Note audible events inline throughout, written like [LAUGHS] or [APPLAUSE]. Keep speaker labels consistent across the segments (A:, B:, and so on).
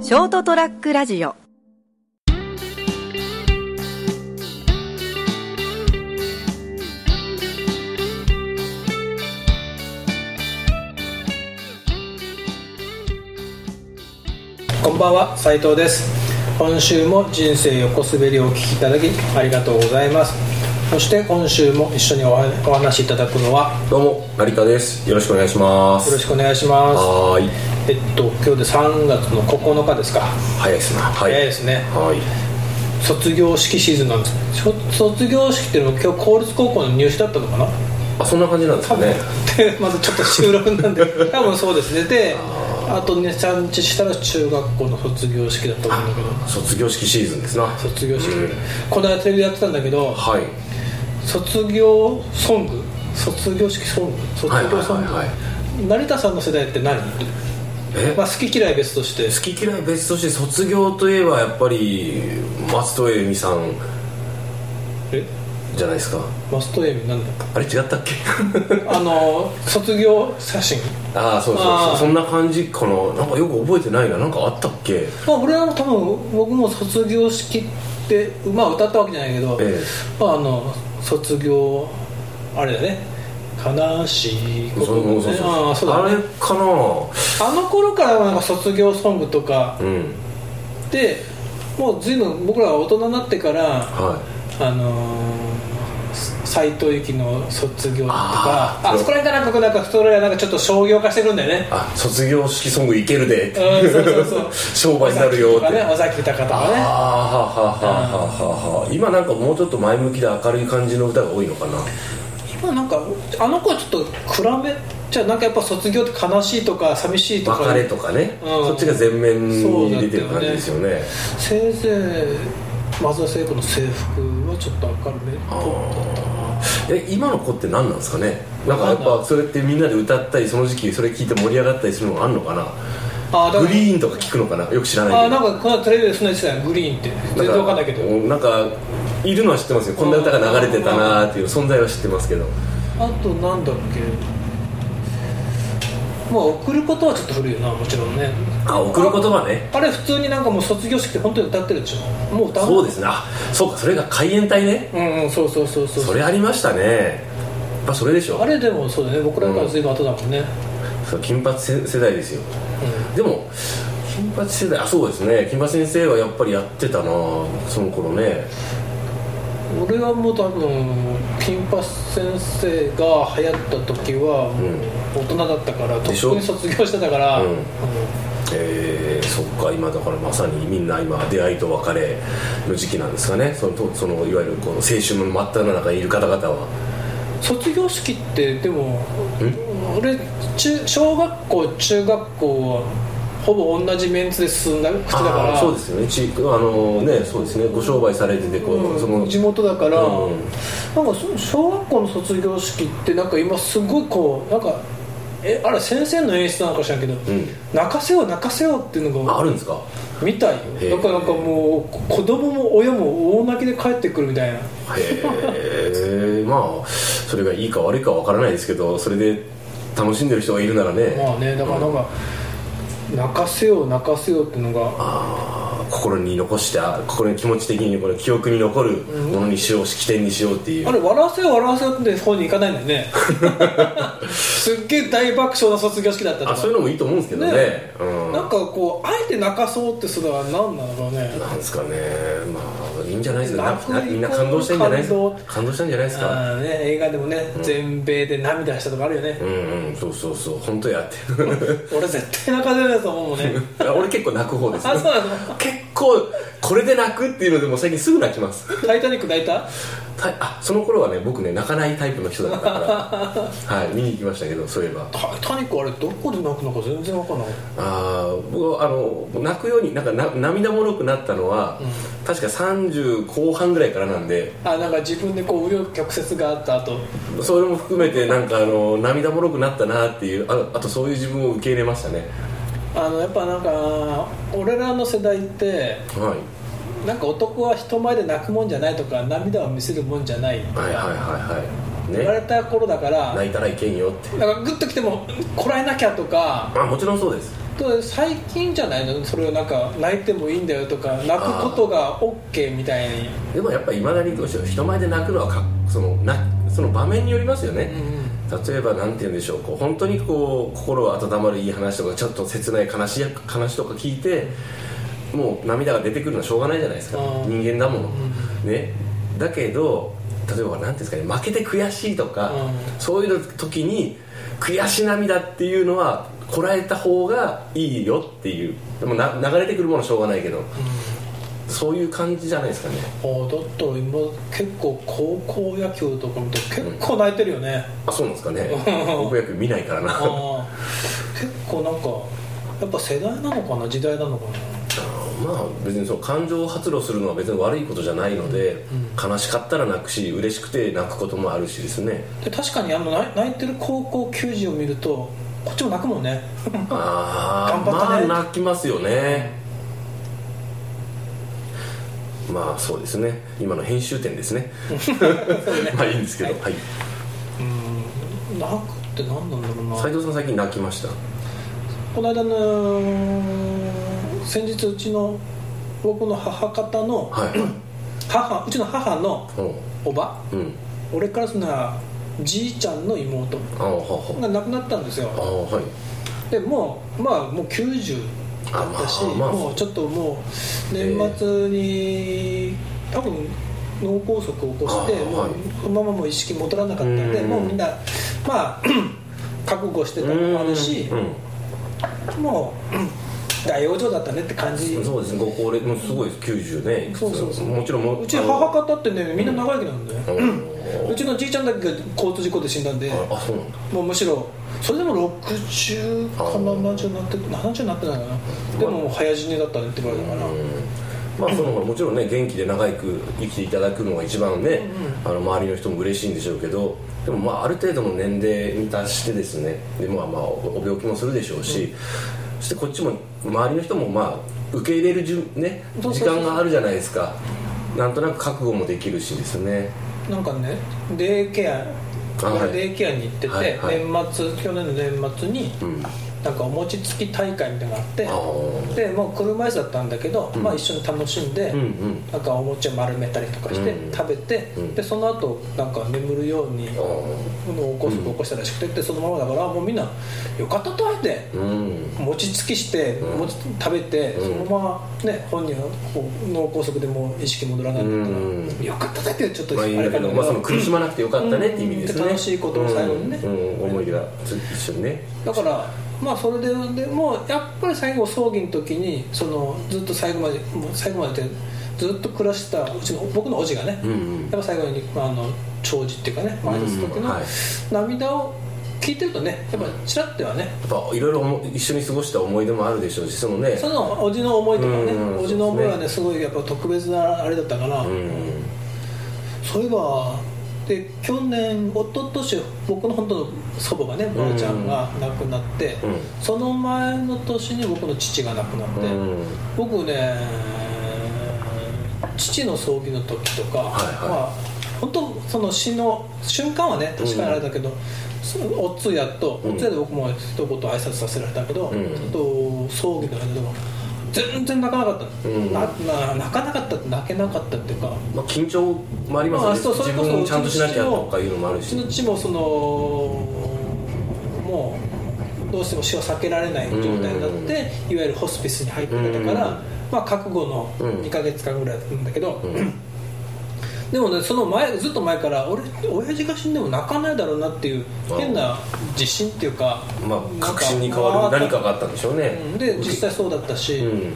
A: ショートトラックラジオ
B: こんばんは斉藤です今週も人生横滑りをお聞きいただきありがとうございますそして今週も一緒におはお話しいただくのは
C: どうも成田ですよろしくお願いします
B: よろしくお願いしま
C: はーい
B: すえっと今日で3月の9日ですか
C: 早いですなはい
B: 早いですね
C: はい
B: 卒業式シーズンなんですしょ卒業式っていうのは今日公立高校の入試だったのかな
C: あそんな感じなんですかね
B: [LAUGHS] でまずちょっと収録なんで多分そうですねであと23日したら中学校の卒業式だと思うんだけど
C: 卒業式シーズンですなは
B: 卒業式、この間テレビでやってたんだけど
C: い
B: 卒業ソング卒業式ソング卒
C: はいはい
B: 業ソング、
C: はいはい
B: 成田さんの世代って何、
C: え
B: まあ、好き嫌い別として
C: 好き嫌い別として卒業といえばやっぱり松任谷由実さん
B: え
C: じゃないですか
B: マストエミなんだ
C: あれ違ったっ
B: [LAUGHS]
C: け
B: あの卒業写真
C: ああそうそう
B: あ
C: そ
B: ー
C: うそんな感じかななんかよく覚えてないななんかあったっけ
B: まあ俺は多分僕も卒業式ってまあ歌ったわけじゃないけど、
C: え
B: まああの卒業あれだね悲しい
C: そ
B: こ
C: う
B: と
C: そうそう
B: ああそうだ
C: あれ
B: ね
C: かな
B: あの頃からなんか卒業ソングとか
C: うん
B: でもう随分僕らが大人になってから
C: は
B: あのー、斎藤由貴の卒業とかあ
C: あー
B: そこら辺がなんかなんかそれがなんかちょっと商業化してくんだよね
C: いあ卒業式ソングいけるでって
B: うんそうそうそう
C: [LAUGHS] 商売になるよ
B: 尾
C: って
B: 崎とかね尾崎豊と
C: あーは
B: かね
C: ははははは今なんかもうちょっと前向きで明るい感じの歌が多いのかな
B: 今なんかあの子はちょっと暗めじゃあなんかやっぱ卒業って悲しいとか寂しいとか
C: 別れとかね、
B: うん
C: そっちが前面に出てる感じですよね
B: せいぜい松田聖子の制服はちょっと明るめっぽ
C: え今の子って何なんですかねなんかやっぱそれってみんなで歌ったりその時期それ聞いて盛り上がったりするのがあんのかな
B: あーだ
C: グ
B: から
C: リーンとか聞くのかなよく知ら
B: あ
C: な
B: ー
C: い
B: なん
C: け
B: かこのテレビでそんな言ってたよグリーンって全
C: ど
B: 然わかんないけど
C: なんかなんかいるのは知ってますよこんな歌が流れてたなーっていう存在は知ってますけど
B: あとなんだっけまあ送ることはちょっと古いよなもちろんね
C: あ送る言葉ね
B: あれ普通になんかもう卒業式って本当に歌ってるでしょもう歌
C: そう
B: う
C: ですねあそうかそれが海援隊ね
B: うんうんそうそうそうそう
C: それありましたねやっぱそれでしょ
B: あれでもそうだね僕らからずいぶん後だもんね、
C: そう金髪せ世代ですよ、でも金髪世代あそうですね金髪先生はやっぱりやってたなその頃ね
B: 俺はもう多分金八先生が流行った時はもう大人だったから、とっ
C: でしょ
B: くに卒業してたから、
C: うん
B: うん
C: えー、そっか今だからまさにみんな今出会いと別れの時期なんですかねそのとそのいわゆるこの青春の真っ只中にいる方々は
B: 卒業式ってでも俺中小学校中学校はほぼ同じメンツで進んだ口だから
C: あーそうですよねちあのねそうですねご商売されててこう、その
B: 地元だから、
C: うん
B: なんかそ小学校の卒業式ってなんか今すごいこうなんかえあれ先生の演出なのか知らんけど、
C: ん
B: 泣かせよう泣かせようっていうの
C: あ
B: が
C: あるんですか
B: 見たい
C: へ
B: よだ
C: え
B: からなんかもうこ子供も親も大泣きで帰ってくるみたいな
C: へえまあそれがいいか悪いかわからないですけどそれで楽しんでる人がいるならね
B: まあねだからなんか、泣かせよう泣かせようっていうのが
C: 心に残した心の気持ち的にこれ記憶に残るものにしよう、式典にしようっていう
B: あれ笑わせよう笑わせようって方に行かないんだよね
C: [LAUGHS]
B: すっげえ大爆笑な卒業式だったと
C: あ
B: か
C: そういうのもいいと思うんですけどね
B: ね
C: うん
B: なんかこうあえて泣かそうってするのは何なんだろうね
C: なんですかねまあいいんじゃないですか
B: なんか
C: ななみんな感動したんじゃないですか
B: 感動
C: 感動したんじゃないですか
B: あーね、映画でもね、全米で涙したとかあるよね
C: う、んうんそうそうそう本当やって
B: [LAUGHS] 俺絶対泣かせないと思うもんね
C: あ俺結構泣く方です、
B: あそうなの [LAUGHS]
C: 結構これで泣くっていうのでもう最近すぐ泣きます
B: 「タイタニック」泣いた
C: たあその頃はね僕ね泣かないタイプの人だったからはい見に行きましたけどそういえば
B: 「タイタニック」あれどこで泣くのか全然分かんない
C: あー僕はあの泣くようになんかな涙もろくなったのは、確か30後半ぐらいからなんで
B: あなんか自分でこう紆余曲折があった後
C: それも含めてなんかあの涙もろくなったなっていうああとそういう自分を受け入れましたね
B: あのやっぱなんか俺らの世代って
C: はい
B: なんか男は人前で泣くもんじゃないとか涙を見せるもんじゃないとか、
C: はいはいはい
B: 言わ
C: はい
B: れ
C: ね
B: た頃だから
C: 泣いたらいけんよって
B: なんかグッときてもこらえなきゃとか
C: あもちろんそうです
B: と最近じゃないのそれをなんか泣いてもいいんだよとか泣くことが OK みたいに
C: でもやっぱりいまだにどうしよう人前で泣くのはかっそのなその場面によりますよね、例えばなんて言うんでしょうこう本当にこう心が温まるいい話とかちょっと切ない悲しい話とか聞いてもう涙が出てくるのはしょうがないじゃないですか
B: うん
C: 人間だもの、ねだけど例えばなんていうんですかね負けて悔しいとか、
B: うん
C: そういう時に悔し涙っていうのはこらえた方がいいよっていうでもな流れてくるものはしょうがないけど、そういう感じじゃないですかね
B: ああだったら今結構高校野球とか見て結構泣いてるよね、
C: あそうなんです
B: [LAUGHS]
C: かね
B: うん
C: 僕野球見ないからな
B: ああ結構なんかやっぱ世代なのかな時代なのかな
C: まあ別にその感情を発露するのは別に悪いことじゃないので、悲しかったら泣くし嬉しくて泣くこともあるしですね
B: で確かにあの泣い泣いてる高校球児を見るとこっちも泣くもんね
C: ああ
B: 頑張ったね
C: まあ泣きますよねまあそうですね今の編集点ですね [LAUGHS] まあいいんですけど、はい
B: 泣くって何なんだろうな
C: 斉藤さん最近泣きました
B: この間の先日うちの僕の母方の
C: はい、
B: [CLEARS THROAT] 母うちの母の
C: う
B: おば
C: んうん、
B: 俺からするならじいちゃんの妹
C: ああはは
B: が亡くなったんですよ
C: ああはい
B: でもうまあもう90
C: あ
B: だったし、
C: まあまあ
B: もうちょっともう年末に、多分脳梗塞を起こして
C: あー
B: も
C: はいう
B: このままもう意識戻らなかったんで
C: うん
B: もうみんなまあ [CLEARS THROAT] 覚悟してたのもあるし
C: うん
B: もううん大往生だったねって感じ
C: そうですねご高齢もうすごいです90ねいくつ
B: そうそうそう
C: もちろんも
B: うち母方ってねみんな長生きなんだよ、う
C: う
B: ちのじいちゃんだけが交通事故で死んだんで
C: ああそうなんだ
B: もうむしろそれでも60か
C: あー
B: 70になって70になってないかなでももう早死にだったねって言われたから、
C: まあそのもちろんね元気で長く生きていただくのが一番ね、あの周りの人も嬉しいんでしょうけどでもまあある程度の年齢に達してですねでまあまあおお病気もするでしょうし、そしてこっちも周りの人もまあ受け入れるじゅ、ね、
B: そう
C: 時
B: そうそう
C: 間があるじゃないですかなんとなく覚悟もできるしですね
B: なんかねデイケア
C: あはい
B: デイケアに行ってて、
C: はいはい
B: 年末去年の年末に、
C: うんあ
B: なんかお餅つき大会みたいなのがあって
C: あー
B: でもう車椅子だったんだけど、まあ、一緒に楽しんで、
C: うんうん
B: なんかお餅を丸めたりとかして、
C: うん
B: 食べて、
C: うん
B: でその後なんか眠るように
C: あー
B: 脳梗塞を起こしたらしくてでそのままだからもうみんなよかったと会えて
C: うん
B: 餅つきして
C: うん
B: 餅食べて、
C: うん
B: そのままね本人はこう脳梗塞でもう意識戻らないんだから、
C: うん
B: よかっただけでちょっと
C: まあいいんだけど、まあ、その苦しまなくてよかったねって意味ですね、
B: うん楽しいことを最後にね
C: うんうん思い出がつ一緒にね
B: だからまあそれででもやっぱり最後葬儀の時にそのずっと最後までもう最後までってずっと暮らしたうちの僕の叔父がね、
C: うんうん
B: やっぱ最後に、まあ、あの弔辞っていうかね
C: ん
B: 挨拶の時の
C: はい
B: 涙を聞いてるとねやっぱちらってはね
C: やっぱいろいろ思い一緒に過ごした思い出もあるでしょうしそのね
B: その叔父の思いとかね
C: うん
B: 叔父の思いはねすごいやっぱ特別なあれだったから、
C: うん
B: そういえばで去年一昨年僕の本当の祖母がねばあちゃんが亡くなって、
C: うん
B: その前の年に僕の父が亡くなって、
C: うん
B: 僕ね父の葬儀の時とか、
C: はいはい
B: まあ本当その死の瞬間はね確かにあれだけど、そのお通夜と、
C: うん
B: お通夜で僕も一言挨拶させられたけど、
C: うん
B: あと葬儀の間でも全然泣かなかったの、
C: うん
B: なな泣かなかったって泣けなかったっていうか
C: まあ、緊張もありますよ
B: ま
C: ね、
B: あそうそれ
C: 自
B: こそ
C: 分をちゃんとしなきゃとかいうのもある
B: う
C: し
B: ちの父もそのもうどうしても死を避けられない状態になっ
C: うん
B: て、いわゆるホスピスに入ってたから、
C: うん
B: まあ、覚悟の
C: うん
B: 2ヶ月間ぐらいだったんだけど、
C: うん
B: [CLEARS THROAT] でもねその前ずっと前から俺親父が死んでも泣かないだろうなっていう変な自信っていうか
C: まあ
B: なんか
C: 確信に変わる何かがあったんでしょうね、
B: うんで実際そうだったし、
C: うん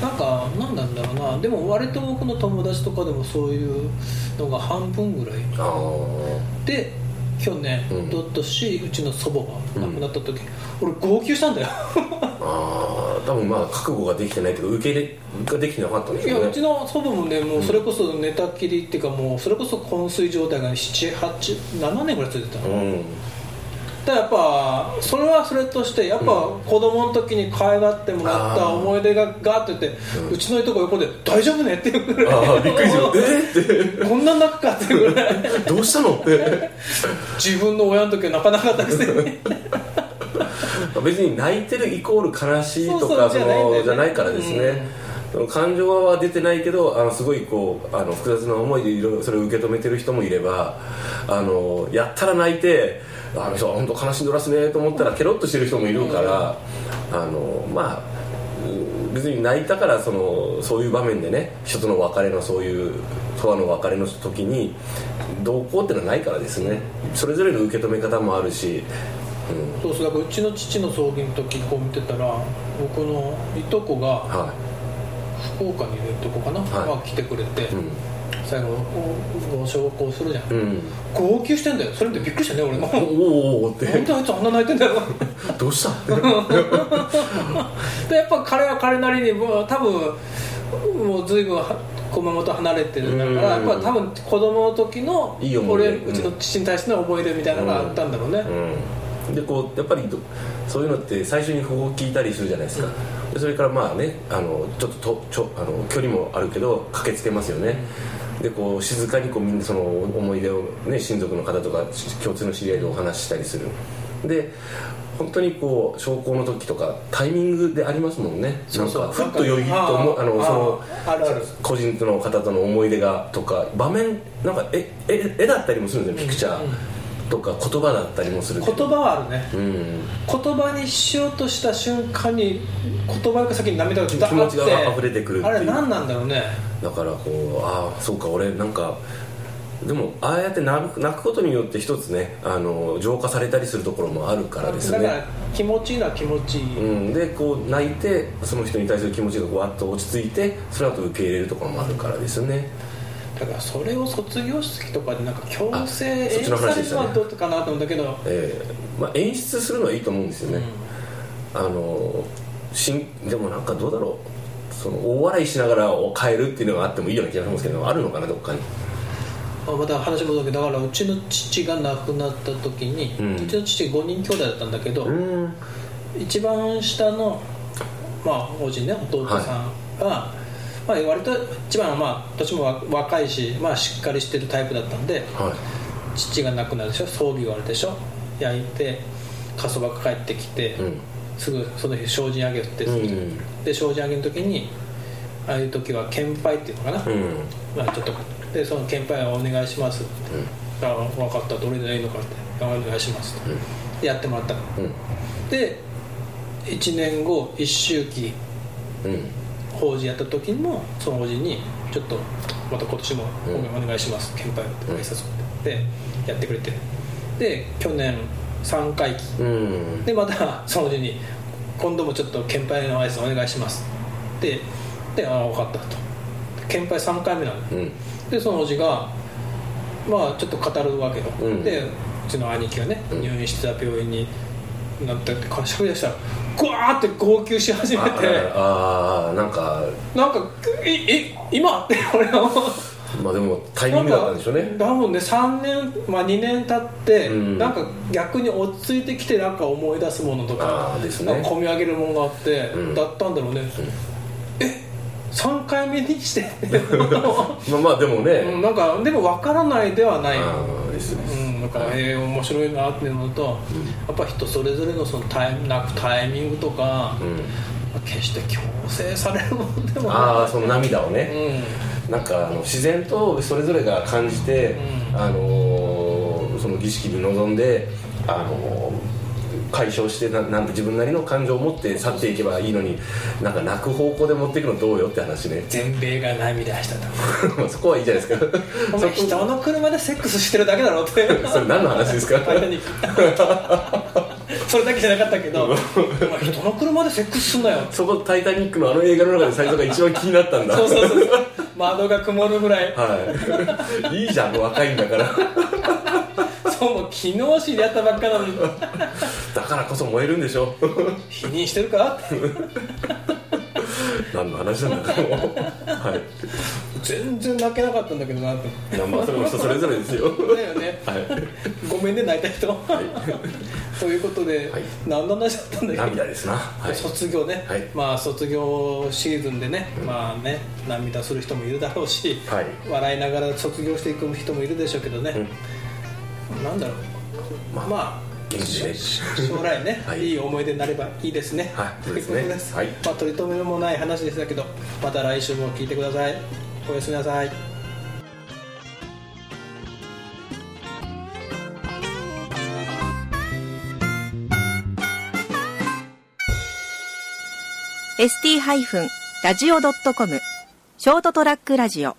B: なんかなんなんだろうなでも割と僕の友達とかでもそういうのが半分ぐらい
C: ああ
B: で去年
C: うん
B: おととしうちの祖母が亡くなった時、俺号泣したん
C: [LAUGHS]
B: だよ
C: ああ多分まあ覚悟ができてないというか受け入れができてなかったんで
B: い
C: し
B: や
C: ょう
B: う
C: ね
B: ちの祖母もねもうそれこそ寝たきりっていうかもうそれこそ昏睡状態が7年ぐらい続いてたの、
C: うん
B: だからやっぱそれはそれとしてやっぱ子供の時に可愛がってもらった
C: あー
B: 思い出がガーッて言って、うちのいとこ横で「大丈夫ね?」っていうぐらい
C: ああびっくりするえーって
B: こんな泣くかっていうぐらい
C: どうしたのって
B: 自分の親の時は泣かなかったくせに
C: 別に泣いてるイコール悲しいと
B: そうそう
C: か
B: じ
C: そ
B: ゃないんだよね
C: のじゃないからですね、その感情は出てないけどあのすごいこうあの複雑な思いでいろいろそれを受け止めてる人もいればあのやったら泣いてあの人は本当悲しんどらすねと思ったらケロッとしてる人もいるから、あのまあうん別に泣いたからそのそういう場面でね人との別れのそういうとわの別れの時にどうこうってのはないからですねそれぞれの受け止め方もあるし、うん
B: そうそうだからうちの父の葬儀の時こう見てたら僕のいとこが
C: は
B: 福岡にいるいとこかな、
C: はい
B: まあ、来てくれて、
C: い、
B: 最後おお焼香するじゃん、
C: うんうん、
B: 号泣してんだよそれ見てびっくりしたね俺も
C: お
B: な
C: おおーっ
B: んであいつあんな泣いてんだよ [LAUGHS]
C: てどうしたって
B: でやっぱ彼は彼なりにもう多分もう随分は子供と離れてるんだからや
C: う
B: っ
C: ん
B: ぱ多分子供の時の
C: いい思い
B: 俺
C: 出うん
B: うちの父に対しての思い出みたいなのがあったんだろうね、
C: うん、でこうやっぱりどそういうのって最初にここ聞いたりするじゃないですか、でそれからまあねあのちょっととちょあの距離もあるけど駆けつけますよね、でこう静かにこうみんなその思い出を、ね、親族の方とかし共通の知り合いでお話ししたりするで本当にこう昇降の時とかタイミングでありますもんね
B: そうそう
C: なんかふっとよぎっと思うあのその
B: あーあるある
C: 個人との方との思い出がとか場面なんか絵絵絵だったりもするんですよピクチャーとか言葉だったりもするけ
B: 言
C: ど
B: 葉はあるね
C: うん
B: 言葉にしようとした瞬間に言葉より先に涙がダ
C: 気持
B: ー
C: ちが溢れ
B: って
C: くるって
B: あ
C: い
B: れ
C: う
B: 何なんだろうね
C: だからこうああそうか俺なんかでもああやって泣く泣くことによって一つねあの浄化されたりするところもあるからです
B: だか
C: ね
B: ら気持ちいいのは気持ちいい、
C: うん、でこう泣いてその人に対する気持ちがわっと落ち着いてその後受け入れるところもあるからですね
B: だからそれを卒業式とかでなんか強制
C: あそっ
B: 演
C: ち
B: 出
C: の
B: さ
C: 話
B: れ
C: で
B: る
C: した
B: の
C: ね
B: はどうかなと思うんだけど、
C: えーまあ、演出するのはいいと思うんですよね、あのしんでもなんかどうだろうその大笑いしながらを変えるっていうのがあってもいいような気がしますけどあるのかなどっかに
B: まあ、また話戻るけどだからうちの父が亡くなった時に、う
C: うん
B: ちの父5人兄弟だったんだけど、
C: うん
B: 一番下の、まあ、おじね弟さんが、まあ、割と一番は、まあ、年もわ若いし、まあ、しっかりしてるタイプだったんで
C: は
B: 父が亡くなるでしょ葬儀があるでしょ焼いて火葬場から帰ってきて、
C: い、うん、
B: すぐその日精進あげをってする、
C: うん
B: で精進あげの時にああいう時は献杯っていうのかな、
C: うん
B: まあ、ちょっとでその献杯をお願いしますって、あ分かったどれでいいのかってあお願いしますって、やってもらったの
C: うん
B: で1年後一周期
C: うん
B: 法事やった時もその法事にちょっとまた今年も
C: う
B: お願いします献杯をって挨拶をってでやってくれてで去年3回忌
C: うん
B: でまたその時に「今度もちょっと献杯の挨拶お願いします」でで「ああ分かった」と献杯3回目なの
C: うん
B: でそのおじがまあちょっと語るわけよ、
C: うん
B: でうちの兄貴がね
C: うん
B: 入院してた病院になったってかしゃべりだしたらグワーって号泣し始め
C: あ
B: て
C: あーなんか
B: なんか「ええ今?」 [LAUGHS] って俺は思う
C: まあでもタイミングだったんでしょうね
B: だもんね3年、まあ、2年経って、
C: うん
B: なんか逆に落ち着いてきてなんか思い出すものとか
C: あーですね
B: なんか込み上げるものがあって、
C: うん
B: だったんだろうね、え3回目にして [LAUGHS]
C: まあまあでもね、
B: うんなんかでも分からないではない、
C: ああですで
B: う
C: す、
B: ん、なんか、
C: はい
B: えー面白いなっていうのと、
C: ん
B: やっぱ人それぞれのそのタイ泣くタイミングとか、
C: うん
B: 決して強制されるもんでも
C: ああ
B: な
C: その涙を
B: い、
C: ね、
B: うん、
C: なんかあの自然とそれぞれが感じて、
B: うん
C: あのーその儀式に臨んであのー解消してななんて自分なりの感情を持って去っていけばいいのになんか泣く方向で持っていくのどうよって話ね [LAUGHS]
B: 全米が涙したと
C: そこはいいじゃない
B: [LAUGHS]
C: ですか
B: お
C: [LAUGHS]
B: 前
C: そこ
B: 人の車でセックスしてるだけだろって
C: それ何の
B: [LAUGHS]
C: 話ですか
B: タイタニックそれだけじゃなかったけどお前人の車でセックスすんなよ
C: そこ「タイタニック」のあの映画の中で最初が一番気になったんだ
B: そうそうそうそう窓が曇るぐらい
C: はいいいじゃん若いんだから
B: そうもう昨日知り合ったばっかなのに
C: だからこそ燃えるんでしょ
B: 否認してるかって
C: 何の話なんだろうはい
B: 全然泣けなかったんだけどなって [LAUGHS]
C: いやまあそれも人それぞれですよ
B: だよね
C: はい
B: ごめんね泣いた人、 [LAUGHS] ということで、
C: はい
B: 何の話だったんだっけ
C: 涙ですなはい
B: 卒業ね、
C: はい
B: まあ卒業シーズンでね、まあね涙する人もいるだろうし、
C: はい
B: 笑いながら卒業していく人もいるでしょうけどね、なんだろうま
C: ま
B: あ、
C: あですね
B: 将来ね、
C: [LAUGHS] はい
B: い、い思い出になればいいですね
C: はいそ
B: と
C: う
B: い
C: で
B: う
C: す
B: こ
C: ね
B: とです、
C: はい
B: まあ、取り留めもない話でしたけどまた来週も聞いてくださいおやすみなさい
A: ST-radio.com ショートトラックラジオ